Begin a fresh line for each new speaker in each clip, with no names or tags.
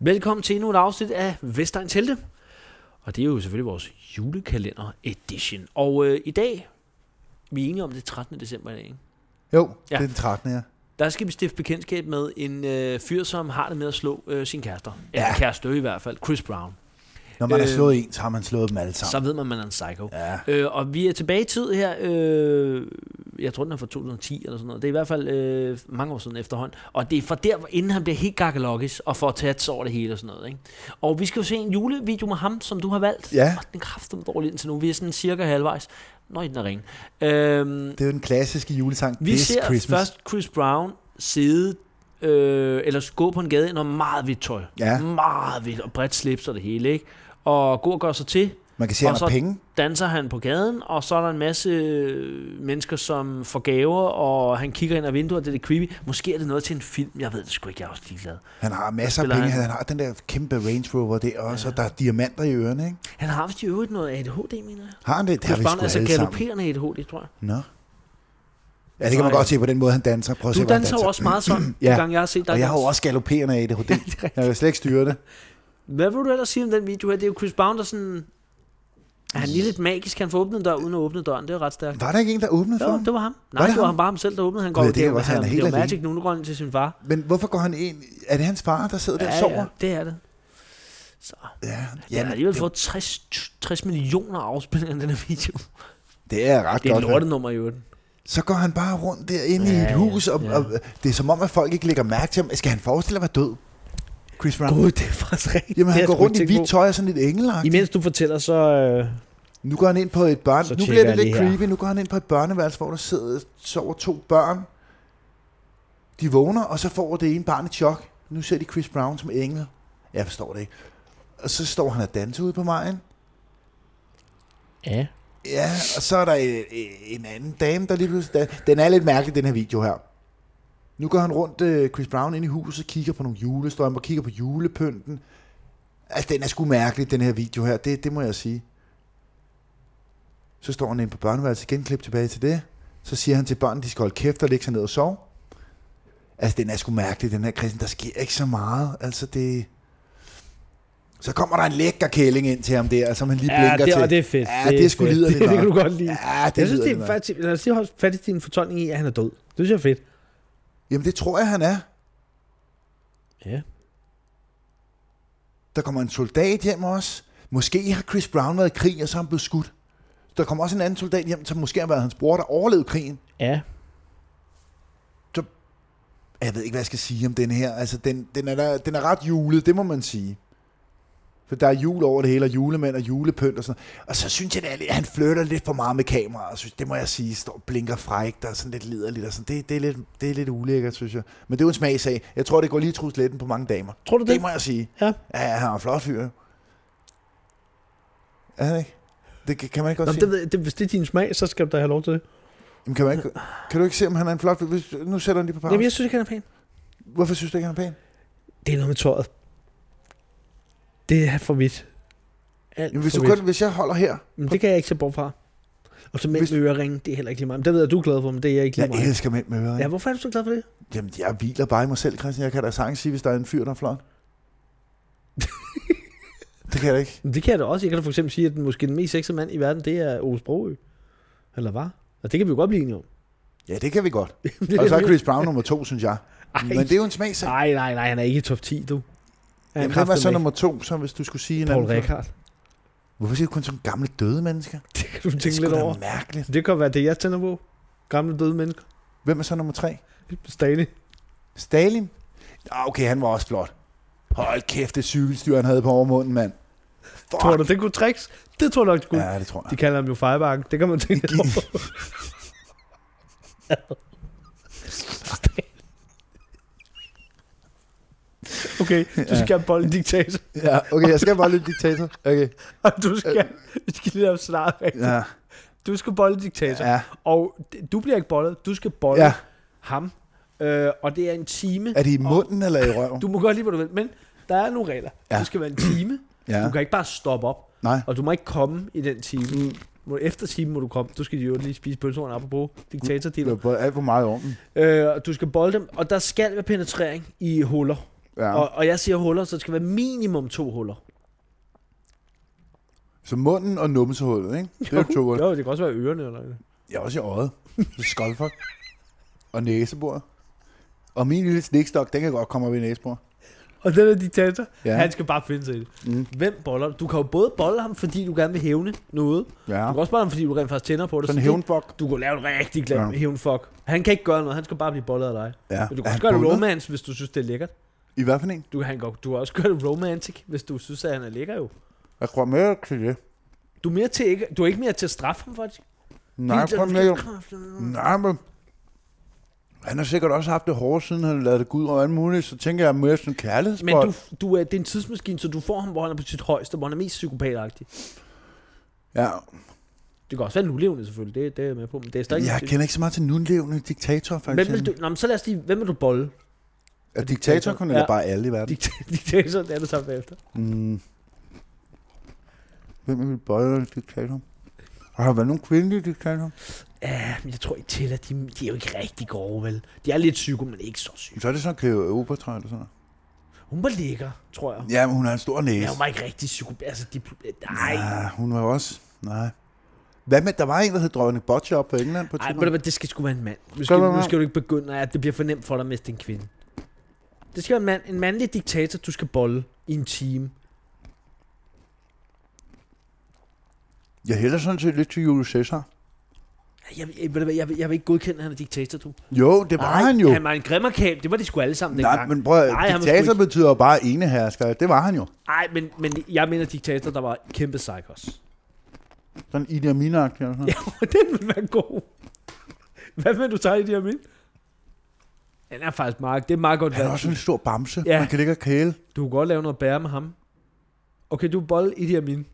Velkommen til endnu et afsnit af Vestegns Helte. Og det er jo selvfølgelig vores julekalender edition. Og øh, i dag, vi er enige om det er 13. december i dag, ikke?
Jo,
Ja.
ja. det er den 13. ja.
Der skal vi stifte bekendtskab med en øh, fyr, som har det med at slå øh, sin kærester. Ja.
Ja.
Eller kæreste i hvert fald, Chris Brown.
Når man øh,
Øh,
har slået en, så har man slået dem alle sammen.
Så ved man, at man er en psycho.
Ja.
Øh, og vi er tilbage i tid her, øh, jeg tror den er fra 2010 eller sådan noget. Det er i hvert fald øh, mange år siden efterhånden. Og det er fra der, hvor- inden han bliver helt gakkelokkes og får tats over det hele og sådan noget. Ikke? Og vi skal jo se en julevideo med ham, som du har valgt.
Ja.
Og den kræfter mig dårligt indtil nu. Vi er sådan cirka halvvejs. Nå, i den er ringe. Øh,
Det er jo den klassiske julesang,
vi
This
ser
Christmas.
først Chris Brown sidde øh, eller gå på en gade i noget meget hvidt tøj.
Ja.
Meget hvidt og bredt slips og det hele. Ikke? Og gå og gør sig til
Man kan se, at
og
han
så-
har penge.
danser han på gaden, og så er der en masse øh, mennesker, som får gaver, og han kigger ind ad vinduet, og det er lidt creepy. Måske er det noget til en film, jeg ved det sgu ikke, jeg er også ligeglad.
Han har masser af
Spiller
penge.
han-
Han. han har den der kæmpe Range Rover der også, ja. og der er diamanter i ørerne, ikke?
Han har vist i øvrigt noget ADHD, mener jeg.
Har han det? Det har
Chris
vi
Brown
sgu
er altså
alle sammen.
galopperende ADHD, tror jeg.
Nå. Ja, det kan man
Nej.
godt se på den måde, han danser. Prøv at se,
Du
hvordan han
danser jo også meget sådan, ja.
Ja.
de gange jeg har set dig.
Og jeg har jo
danse.
også galopperende ADHD. jeg kan slet ikke styre det.
Hvad vil du ellers sige om den video her? Det er jo Chris Brown, der sådan... Er han lige lidt magisk? Han får åbnet en dør uden at åbne døren. Det er ret stærkt.
Var der ikke en, der åbnede for
Jo,
ham?
det var ham. Nej,
Var
det,
det
var
ham?
ham bare ham selv, der åbnede. Han går
ved
det,
det
det, er
jo
jo,
også, han
han,
er
det
helt
er jo
alene.
Magic nu, går han til sin far.
Men hvorfor går han ind? Er det hans far, der sidder der og sover?
det er det. Så.
Ja,
Ja,
ja.
den har
men
alligevel fået 60, 60 millioner afspilninger af den her video.
det er ret
Det er et
godt. han-
lortenummer i øvrigt.
Så går han bare rundt derinde ja, i
Ja,
et hus,
ja,
og,
ja.
ja. og det er som om, at folk ikke lægger mærke til ham. Skal han forestille at være død? Chris Brown.
Gud, det er faktisk rigtigt.
Jamen,
Det
han
har
går
jeg sgu
rundt i
ikke tænkt
hvidt tøj og sådan lidt
på.
engelagtigt.
Imens du fortæller, så... Øh,
Nu går han ind på et børn.
Så
nu
tjekker
bliver det
jeg
lidt
lige her.
creepy. Nu går han ind på et børneværelse, hvor der sidder sover to børn. De vågner, og så får det ene barn et chok. Nu ser de Chris Brown som engel. Jeg forstår det ikke. Og så står han og danser ude på vejen.
ja.
Ja, og så er der en, en anden dame, der lige pludselig... Dan- den er lidt mærkelig, den her video her. Nu går han rundt, øh, Chris Brown, ind i huset, kigger på nogle julestrømper, kigger på julepynten. Altså, den er sgu mærkelig, den her video her. Det, det må jeg sige. Så står han inde på børneværelset igen, klip tilbage til det. Så siger han til børnene, de skal holde kæft og lægge sig ned og sove. Altså, den er sgu mærkelig, den her kristen. Der sker ikke så meget. Altså, det... Så kommer der en lækker kælling ind til ham der, som han lige
ja
blinker
det,
til.
og det er fedt.
Ja, det er sgu
fedt.
liderligt.
Det, det,
nok.
kan du godt lide.
Ja, det
jeg synes, det
lyder
er
det,
faktisk... Lad os lige holde fat i din fortolkning i, at han er død. Det synes jeg er fedt.
Jamen, det tror jeg, han er.
Ja.
Der kommer en soldat hjem også. Måske har Chris Brown været i krig, og så er han blevet skudt. Der kommer også en anden soldat hjem, som måske har været hans bror, der overlevede krigen.
Ja.
Jeg ved ikke, hvad jeg skal sige om den her. Altså, den, den, er, der, den er ret julet, det må man sige. For der er jul over det hele, og julemænd og julepynt og sådan noget. Og så synes jeg, det er lidt- han flytter lidt for meget med kameraet. Synes, det må jeg sige, står og blinker frækt og sådan lidt liderligt. Og sådan. Det, det, er lidt, det er lidt ulækkert, synes jeg. Men det er jo en smagsag. Jeg tror, det går lige trusletten på mange damer.
Tror du det?
Det må jeg sige.
Ja.
Ja, ja, han er en flot fyr. Er han ikke? Det kan, kan man ikke godt
Nå,
Nå, sige.
det, ved jeg- det, hvis det er din smag, så skal du da have lov til det.
Jamen, kan, man ikke, kan du ikke se, om han er en flot fyr? Hvis, nu sætter han lige på pause.
Jamen, jeg synes ikke, han er pæn.
Hvorfor synes du ikke, han er pæn?
Det er noget med tøjet. Det er for vidt. Alt
Jamen, hvis,
for
du
vidt.
kun, hvis jeg holder her.
Men det kan jeg ikke se bort fra. Og så mænd
Hvis-
med øreringe, det er heller ikke lige meget. Men det ved jeg, du er glad for, men det er jeg ikke lige
Jeg
meget.
elsker mænd med ører.
Ja,
Ja.
hvorfor er du så glad for det?
Jamen, jeg hviler bare i mig selv, Christian. Jeg kan da sagtens sige, hvis der er en fyr, der er flot. det kan jeg da ikke.
Men det kan jeg da også. Jeg kan da for eksempel sige, at den, måske den mest sexede mand i verden, det er Ole Sprogø. Eller var? Og det kan vi jo godt blive enige om.
Ja, det kan vi godt.
Det er
Og så er
det.
Chris Brown nummer to, synes jeg.
Ej.
Men det er jo en smagsag.
Nej, nej, nej, han er ikke i top 10, du. Han
Jamen,
er
hvem er så
kraftedeme
nummer to, så hvis du skulle sige en
ikke Paul
anden?
Rekard.
Hvorfor siger du kun sådan gamle døde mennesker?
Det kan du
Det er
tænke
sgu
lidt
da
over.
mærkeligt.
Det kan være det, jeg tænder på. Gamle døde mennesker.
Hvem er så nummer tre?
Stadig.
Stalin? Ah, okay, han var også flot. Hold kæft, det cykelstyr, han havde på overmunden, mand. Fuck.
Tror du, det kunne tricks? Det tror jeg nok, det kunne.
Ja, det tror
De
jeg.
kalder ham jo Fejbakken. Det kan man tænke lidt over. Okay, du skal have bolden diktator,
Ja, okay, jeg skal bare lidt diktator. Okay.
og du skal, vi skal lige lave snart ja.
Ja,
Du skal bolde diktator, ja.
ja.
og d- du bliver ikke boldet, du skal bolde ja.
ja.
ham, øh, og det er en time.
Er det i munden eller i røven?
Du må godt lide, hvad du vil, men der er nogle regler. Ja.
Ja.
Du skal være en time, ja.
Ja.
du kan ikke bare stoppe op,
Nej.
og du må ikke komme i den time. Må- Efter timen må du komme. Du skal jo lige spise pølsehorn, apropos diktator
Det var alt for meget i ormen.
Øh, og du skal bolde dem, og der skal være penetrering i huller.
Ja.
Og, og jeg siger huller, så det skal være minimum to huller.
Så munden og numsehullet, ikke? Det er jo to huller.
Jo, det kan også være ørerne eller noget.
Jeg er også i øjet. Skolfer. og næsebordet. Og min lille snikstok, den kan godt komme op i næsebordet.
Og den er diktator,
Ja.
ja. han skal bare finde sig i det.
Mm.
Mm. Hvem boller du? Du kan jo både bolle ham, fordi du gerne vil hævne noget. Ja.
Ja.
Du kan også bolle ham, fordi du rent faktisk tænder på det.
Sådan en
så det-
hævnbok.
Du kan lave en rigtig glad
Ja.
ja. hævnfuck. Han kan ikke gøre noget, han skal bare blive bollet af dig.
Ja.
Men du kan
Er han
også gøre det
bundet?
romance, hvis du synes, det er lækkert.
I hvert fald en.
Du kan, han godt, du kan også gøre det romantic, hvis du synes, at han er lækker jo.
Jeg tror mere til det.
Du er, mere til ikke, du er ikke mere til at straffe ham, faktisk.
Nej, jeg tror mere. Mm. Nej, men... Han har sikkert også haft det hårdt, siden han lavede det gud og alt muligt, så tænker jeg mere sådan
Men du,
kærlighedsbold.
du er, det er en tidsmaskine, så du får ham, hvor han er på sit højeste, hvor han er mest psykopatagtig.
Ja,
Det kan også være en ulevende, selvfølgelig. Det, det er jeg med på. Men det er stadig...
jeg kender ikke så meget til nulevende diktatorer,
hvem
faktisk.
vil du, nå, men så lad os lige, hvem vil du bolle?
Er diktator kun, eller
Ja.
bare alle i verden?
Dikt- Diktator, det er det samme bagefter.
Mm. Hvem er min bøjler diktator? Har der været nogen kvindelige diktatorer?
Ja, men jeg tror ikke til, at de, de er jo ikke rigtig grove, vel? De er lidt psyko, men ikke så syge.
Så er det sådan Cleo Obertrøj eller sådan noget.
Hun var lækker, tror jeg.
Ja, men hun har en stor
Men
næse.
hun var ikke rigtig psyko... Altså, de... Nej.
Ja, hun var også... Nej. Hvad med, der var en, der hed Dronning Botcher op på England på et
Ej,
tidspunkt.
men det skal sgu være en mand. Nu
Skal
skal,
det være en
nu
mand?
skal du ikke begynde, at det bliver for nemt for dig at miste en kvinde. Det skal være en mand. En mandlig diktator, du skal bolle i en time.
Jeg hælder sådan set lidt til Julius Caesar.
Jeg, jeg, jeg, ved du hvad, jeg, vil- jeg vil ikke godkende, at han er diktator, du.
Jo, det var
Nej,
han jo.
Han var en grimmerkab. Det var de sgu alle sammen
Nej,
dengang.
men prøv at-
Nej, han var sgu
diktator betyder jo bare enehersker. Det var han jo.
Nej, men, men jeg mener diktator, der var kæmpe psychos.
Sådan Idi Amin eller sådan noget.
Ja, den vil være god. Hvad vil du tage i de her min? Den er faktisk meget... Det er meget godt
Han er
valgt.
også en stor bamse.
Ja.
Man kan ligge og kæle.
Du kan godt lave noget bære med ham. Okay, du er bold i de her mine.
Men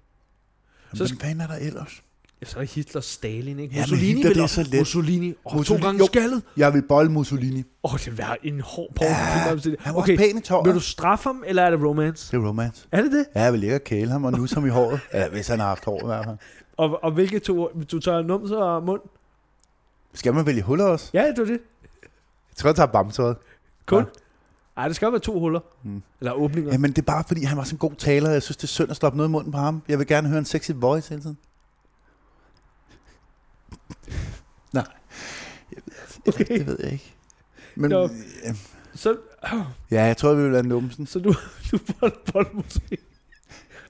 Så-
hvem fanden er der ellers?
Ja, så er der Hitler, Stalin, ikke?
Ja, men
Mussolini,
Hitler,
vil
det er
også-
så let.
Mussolini, oh,
Mussolini,
Mussolini. to gange
jo.
skaldet.
Jeg vil bolle Mussolini.
Åh, oh, det var en hård porno. Ja,
Han var okay. også pæn i tåret.
vil du straffe ham, eller er det romance?
Det er romance.
Er det det?
Ja, jeg vil ligge og kæle ham og nu som i håret. Ja, hvis han har haft hår i hvert fald.
Og, og hvilke to? Du tager numse og mund?
Skal man vælge huller også?
Ja, det er det.
Jeg tror, jeg tager bamseret.
Kun?
Ja.
Ja. Ej, det skal være to huller. Mm. Eller åbninger.
Jamen, det er bare fordi, han var sådan en god taler, og jeg synes, det er synd at stoppe noget i munden på ham. Jeg vil gerne høre en sexy voice hele tiden. Nej,
okay.
det ved jeg ikke. Men
Nå.
øh,
Så, oh,
ja, jeg tror, vi vil være numsen.
så du, du bold, bold måske.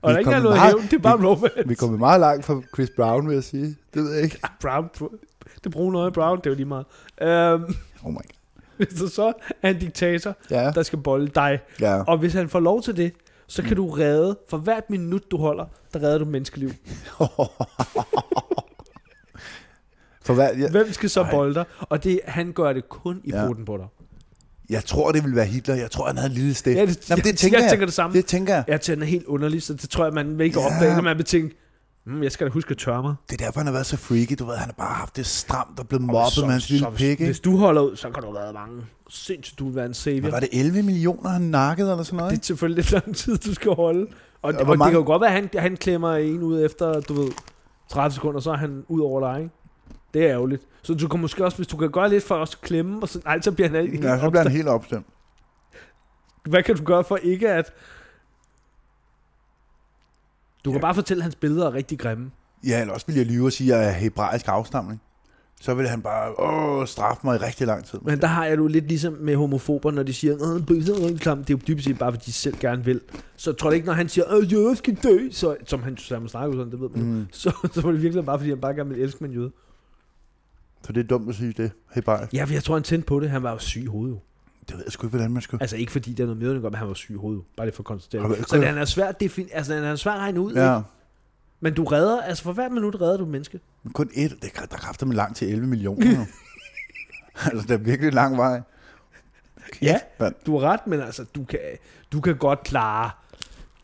Og der er ikke
kommet
engang noget
meget-
hævn, det er bare romance.
Vi kommer meget langt fra Chris Brown, vil jeg sige. Det ved jeg ikke.
Brown, det brune øje Brown, det er jo lige meget. Øhm,
Oh my god.
hvis du så er en diktator,
Ja,
der skal bolde dig,
ja.
Og hvis han får lov til det, så
Mm.
kan du redde, for hvert minut du holder, der redder du menneskeliv.
For hvad, jeg,
Hvem skal så
Ej.
bolde dig? Og det, han gør det kun i
Ja.
ja. på dig.
jeg tror, det ville være Hitler. Jeg tror, han havde en lille stemme.
Ja, det-
Nå, men
jeg- jeg tænker det samme.
Det tænker jeg.
Jeg tænker den er helt underlig, så det tror jeg, man vil ikke
Ja.
opdage, når man vil tænke, mm, jeg skal da huske at tørre mig.
Det er derfor, han har været så freaky. Du ved, han har bare haft det stramt og blevet mobbet
Så-
med hans
så
lille
hvis-
pik. ikke?
Hvis du holder ud, så kan du redde mange. Sindssygt, du vil være en savior.
Men var det 11 millioner, han nakkede eller sådan noget?
Det er
Ikke?
selvfølgelig lidt lang tid, du skal holde. Og, og, og
hvor
det
mange-
kan jo godt være, at han, han klemmer en ud efter, du ved, 30 sekunder, så er han ud over dig, ikke? Det er ærgerligt. Så du kan måske også, hvis du kan gøre lidt for også at klemme, og så, nej, så bliver han alt-
Ja, så bliver han helt opstemt.
Hvad kan du gøre for ikke at... Du kan
Ja.
bare fortælle, at hans billeder er rigtig grimme.
Ja, eller også ville jeg lyve og sige, at jeg er hebraisk afstamning. Så ville han bare åh, straffe mig i rigtig lang tid.
Men der har jeg det jo lidt ligesom med homofober, når de siger, at billeder er klam. Det er jo dybest set bare, fordi de selv gerne vil. Så tror jeg ikke, når han siger, at jeg skal dø, så, som han sammen snakker sådan, det ved man jo.
Mm.
så, så var det virkelig bare, fordi han bare gerne ville elske med en jøde.
Så det er dumt at sige det, hebraisk.
Ja, for jeg tror, han tændte på det. Han var jo syg i hovedet. jo.
Det ved jeg sgu ikke, hvordan man skal.
Altså ikke fordi, der er noget medvirkning om, men han var syg i hovedet. Bare lige for at
Har du ikke
konstatere. Så
hørt-
han er svært, defin- altså, han er svært at regne ud. Ja.
Ja,
Ikke? Men du redder, altså for hvert minut redder du et menneske.
men kun et. Det er, der kræfter med langt til 11 millioner. nu. altså, det er virkelig lang vej. Kæft,
Ja.
mand.
Du har ret, men altså, du kan, du kan godt klare...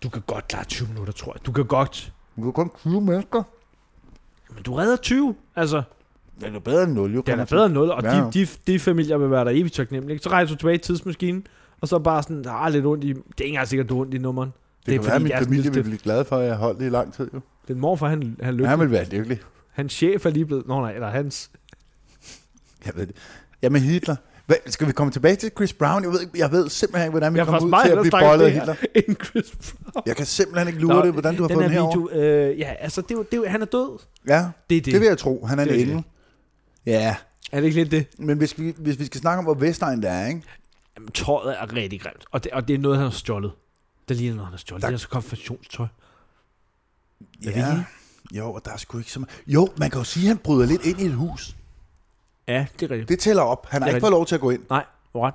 Du kan godt klare 20 minutter, tror jeg. Du kan godt...
Du er kun 20 mennesker.
Men du redder 20, altså.
Det er jo bedre end 0, jo.
Det er da
kommer
bedre end noget, og
Ja,
de, de, de familier vil være der evigt taknemmelige. ikke? Så rejser du tilbage i tidsmaskinen, og så bare sådan, der er lidt ondt i... Det er ikke engang sikkert, du har ondt i nummeren.
til. Det, det kan være, at min
jeg er sådan
familie
lidt
ville blive glad for, at jeg holdt det i lang tid, jo.
stiv. Den morfar, han, han
Ja,
lykkelig.
han ville være lykkelig.
Hans chef er lige blevet... Nå nej, eller hans...
Jeg ved det. Jamen Hitler. Hvad, skal vi komme tilbage til Chris Brown? Jeg ved, ikke- jeg ved simpelthen ikke, hvordan vi
Jeg er
kommer
faktisk
ud
meget
til at
hellere
blive
snakke om
bollet af
det her,
Hitler.
end Chris Brown.
Jeg kan simpelthen ikke lure det, hvordan du har fået den her over.
video, øh, Ja, altså, det, er jo- det, er jo- han er død.
Ja,
Det er det.
det vil jeg tro. Han er
Det er
en
det.
engel. Ja,
Er det ikke lidt det?
men hvis vi, hvis vi skal snakke om, hvor Vestegn der er, ikke?
Jamen, tøjet er rigtig grimt. Og det, og det er noget, han har stjålet. Det ligner noget, han har stjålet.
Der-
Det er altså så konfessionstøj. Er det
Ja.
ikke?
Jo, og der er sgu ikke så meget. Jo, man kan jo sige, at han bryder lidt ind i et hus.
Ja, det er rigtigt. Det.
Det tæller op. Han har
Det er
ikke fået lov til at gå ind.
Nej, du har ret.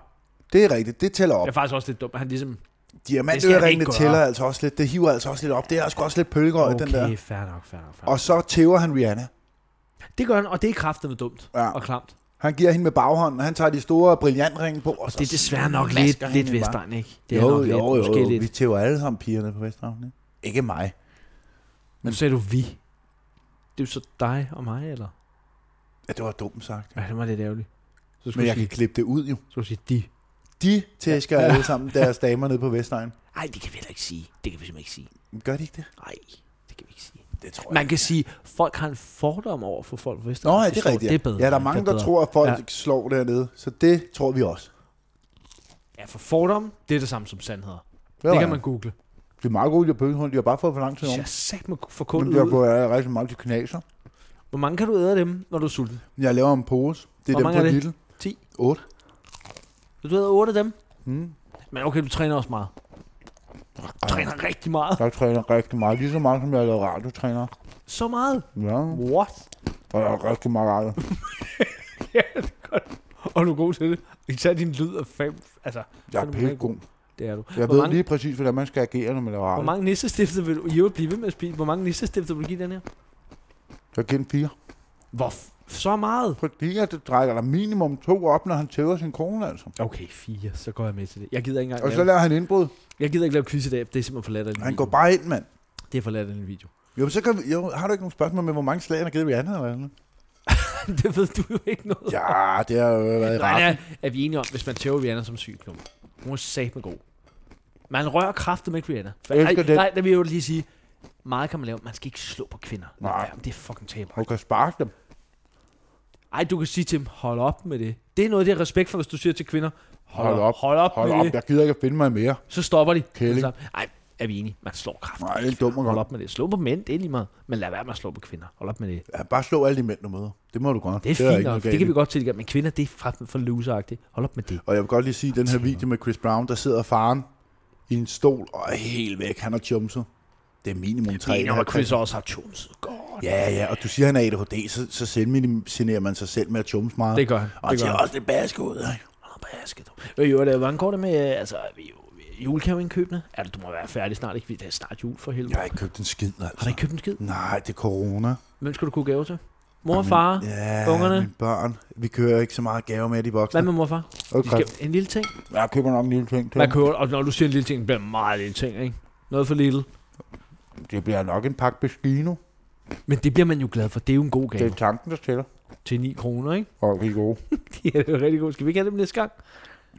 Det er rigtigt. Det tæller op.
Det er faktisk også lidt dumt. Han ligesom... Det skal han
Diamantøringene
ikke
tæller
gøre.
altså også lidt. Det hiver altså også lidt op. Det er sgu også lidt pølgerøg,
Okay,
den der.
fair nok, fair nok, fair nok.
Og så tæver han Rihanna.
Det gør han, og det er kraftet dumt
Ja.
ja. og klamt.
Han giver hende med baghånden. Han tager de store brillantringe på. Og så
Det er desværre nok
smasker
lidt,
han
lidt
hende bare.
Vestegn, ikke? Det
Det
er
jo,
nok
jo, jo,
lidt, måske
jo. Vi
lidt.
tæver alle sammen pigerne på Vestavn, ikke? Ikke mig.
Nu sagde du vi. Det er jo så dig og mig, eller?
Ja, det var dumt sagt.
Ja, det var lidt ærgerligt. Så skulle
Men
du
jeg kan
sige,
klippe det ud, jo.
så skulle du sige de.
De tæsker alle sammen deres damer nede på Vestegn.
Nej, det kan vi heller ikke sige. Det kan vi simpelthen ikke sige.
Gør de ikke det?
Nej, det kan vi ikke sige.
Det tror
Man kan sige, folk har en fordom over for folk på Vestegn.
Nå, ja, det er
sjovt.
rigtigt.
Det er bedre.
ja, der er mange,
Det
der
bedre.
tror, at folk
Ja.
ja. slår dernede. Så det tror vi også.
Ja, for fordom, det er det samme som sandheder.
Hvad
det kan
var jeg?
man google.
Det er meget gode, de har bøgehund. De har bare fået for lang tid om.
Jeg sagde mig for
Men
kuldet
de har
ud.
fået øh, rigtig meget til knaser.
Hvor mange kan du æde af dem, når du er sulten?
Jeg laver en pose. Det er
Hvor
dem
mange
fra
er det?
Lidl.
10?
8.
Vil du æde 8 af dem?
Mm.
Men okay, du træner også meget. Du træner rigtig meget.
Jeg træner rigtig meget. Lige så meget, som jeg laver radiotræner.
Så meget.
Ja,
What?
og jeg har rigtig meget radio.
ja, det er godt. Og du er god til det. Især din lyd er fem. Altså,
Jeg
Så er
er
du rigtig
pækgod.
det er du.
Jeg
Hvor
ved
mange-
lige præcis, hvordan man skal agere, når man laver
Hvor
radio.
mange nissestifter vil du i øvrigt blive ved med at spise? Hvor mange nissestifter vil du give den her?
Jeg giver den fire.
Hvor f- så meget?
Fordi at det drækker der minimum to op, når han tæver sin kone, altså.
Okay, fire. Så går jeg med til det. Jeg gider ikke engang
Og så
lave,
laver han indbrud.
jeg gider ikke lave quiz i dag. Det er simpelthen for latterligt.
Han går bare ind, mand.
Det er for latterligt video.
Jo, så kan vi, jo, har du ikke nogen spørgsmål med, hvor mange slag han har givet Rihanna eller andet?
det ved du jo ikke noget. om.
Ja, det har jo været i
Nej,
rap.
er, er vi enige om, hvis man tæver Rihanna som syg nu. Hun er satme god. Man rører kraften med Rihanna.
Jeg elsker
nej,
det.
nej, der vil jeg jo lige sige, meget kan man lave. Man skal ikke slå på kvinder. Lad
Nej.
være, Det er fucking taber.
Hun kan sparke dem.
Ej, du kan sige til dem, hold op med det. Det er noget, det er respekt for, hvis du siger til kvinder, hold,
Hold
hold op,
op.
hold op
Hold
med
op,
det.
jeg gider ikke at finde mig mere.
Så stopper de.
Kælling.
Så- Ej, er vi enige? Man slår kraft.
Nej, det er dumt og
Hold
godt.
op med det. Slå på mænd, det er lige meget. Men lad være med at slå på kvinder. Hold op med det.
Ja, bare slå alle de mænd, du møder. Det må du godt.
Det er,
der
fint
ikke
nok.
noget
Det
galt
kan
i.
vi godt til, men kvinder, det er fra for loseragtigt. Hold op med det.
Og jeg vil godt lige sige, at den her video med Chris Brown, der sidder faren i en stol og er helt væk. Han har chumset. Det er minimum tre.
Det er, når
han har
Chris også har tunes. Godt.
Ja, ja, og du siger, han er ADHD, så, så selvminimerer man sig selv med at chumse meget.
Det gør han.
Og
Det
det
gør
ser
han.
også lidt baske ud, ikke?
Åh, basket. Øh, jo, der, hvordan går det med, øh, altså, vi- vi- julegaveindkøbene? Altså, du må være færdig snart, ikke? Det er snart jul for helvede.
Jeg har ikke købt en skid, altså.
Har du ikke købt en skid?
Nej, det er corona.
Hvem skal du kunne gave til? Mor og far?
Ja,
Ungerne?
mine børn. Vi kører ikke så meget gave med de voksne.
Hvad med mor og far? De
Okay.
skal, en lille ting?
Jeg køber nok en lille ting til.
Hvad køber du? Og når du siger en lille ting, bliver det en meget lille ting, ikke? Noget for lille.
dem. Det bliver nok en pakke Bestino.
Men det bliver man jo glad for. Det er jo en god
Det
gave
er tanken, der tæller.
til 9 kroner, ikke?
Og vi er gode.
Ja, det er jo rigtig godt. Skal vi ikke have dem næste gang?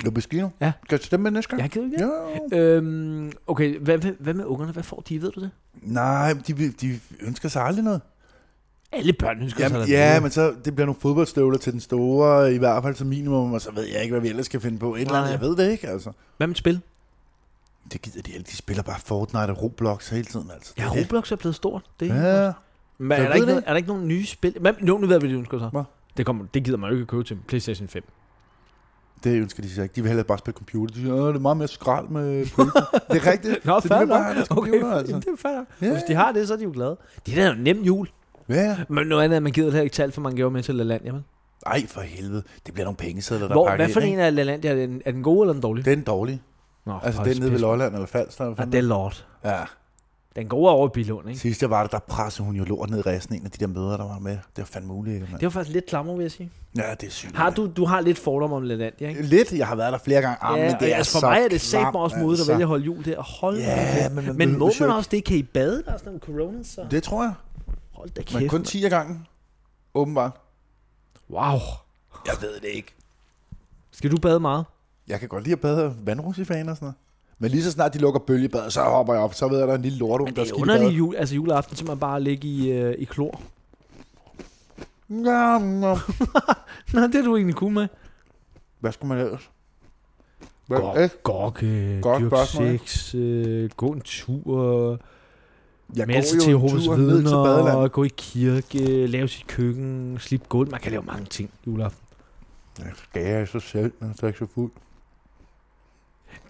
Jo, Bestino.
Ja.
Kan du tage dem med næste gang?
Jeg gider ikke det.
Ja.
Øhm, okay, hvad, hvad, hvad med ungerne? Hvad får de? Ved du det?
Nej, de, vil- de ønsker sig aldrig noget.
Alle børn ønsker sig
Jamen,
noget
ja,
andet.
men så det bliver nogle fodboldstøvler til den store, i hvert fald som minimum, og så ved jeg ikke, hvad vi ellers skal finde på. Et eller andet,
Nej.
jeg ved det ikke, altså.
Hvad med et spil?
Det gider de ikke. De spiller bare Fortnite og Roblox hele tiden, altså.
Ja,
Det er det.
Roblox er blevet stort. Det er
Ja,
Men er
Jeg
der, ikke
ved det
noget,
ikke.
er der ikke nogen nye spil? Men jo, nu ved jeg, hvad de ønsker sig.
Hvad?
Det, kommer, det gider man jo ikke at købe til PlayStation 5.
det ønsker de sig ikke. De vil hellere bare spille computer. De siger, "Åh, det er meget mere skrald med pølser. det er rigtigt.
Nå,
så de
fair
vil bare
nok.
have deres
Okay,
computer,
altså.
altså.
det er fair nok.
Ja.
Og Hvis de har det, så er de jo glade. Det er da en nem jul.
Ja.
Men noget andet er, at man gider heller ikke talt for mange gaver med til LaLandia. vel?
Ej, for helvede. Det bliver nogle pengesedler, der
Hvor,
pakker
hvad for
ind,
en
ikke?
er LaLandia? Er den, er den gode eller den dårlige?
Det er en dårlig.
Nå,
Altså,
hold
den nede ved
pis.
Lolland eller Falster. eller
Ja,
fanden
det er lort.
der. Ja.
Den gode er over i Bilund, ikke?
Sidst jeg var der, der pressede hun jo lort ned i resten af en af de der møder, der var med. Det var fandme ulækkert, mand.
Det var faktisk lidt klammer, vil jeg sige.
Ja, det er sygt.
Har du, du har lidt fordom om LaLandia, ikke?
Lidt, jeg har været der flere gange. Ah, men
og
det er
altså, for
så
mig er det sat
klam,
mig også modet at
altså.
vælge at holde jul der. Hold
Ja,
yeah,
men man
men
behøver
må
jo
man
ikke-
også det? Kan I bade, der er sådan noget corona? Så?
Det tror jeg.
Hold da
Men
kæft.
kun
Kun...
10 af gangen. Åbenbart.
Wow.
Jeg ved det ikke.
Skal du bade meget?
Jeg kan godt lide at bade vandrusifaner og sådan noget. Men lige så snart de lukker bølgebadet, så hopper jeg op. Så ved jeg, der er en lille lortum,
Men
der
det er
skal i
underligt
bad.
jul, altså juleaften, som man bare ligger i, øh, i klor.
Ja, ja.
Nå, det er du egentlig cool med.
Hvad skulle man ellers? Hvad,
Gok,
ikke?
gok, øh,
Godt
dyrk
spørgsmål, ikke?
sex, øh, gå en tur,
Jeg
melde sig
går
til
jo en
Jehovas
tur ned til
vidner,
badelandet.
gå i kirke, øh, lave sit køkken, slip gulv. Man kan lave mange ting juleaften.
Ja, skal jeg så selv, når jeg er ikke så fuld?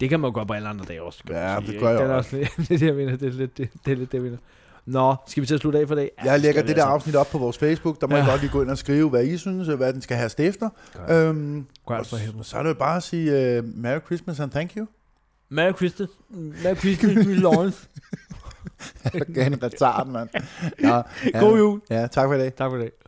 Det kan man jo gøre på alle andre dage også. kan man
Ja,
sige,
det
ikke?
gør jeg
det er også.
også.
Lidt, det er det, jeg mener. Det er lidt det, det, er lidt, det jeg mener. Nå, skal vi til at slutte af for i dag?
Jeg lægger
skal
det
vi
der
altså.
afsnit op på vores Facebook. Der må ja. I
Ja.
godt lige gå ind og skrive, hvad I synes, og hvad den skal have stifter.
Gør det.
Øhm,
Gør
og
det for helvede.
så er det jo bare at sige uh, Merry Christmas and thank you.
Merry Christmas. Merry Christmas, Miss Lawrence.
Jeg gav en retard, mand. Ja, ja.
God jul.
Ja, tak for i dag.
Tak for i dag.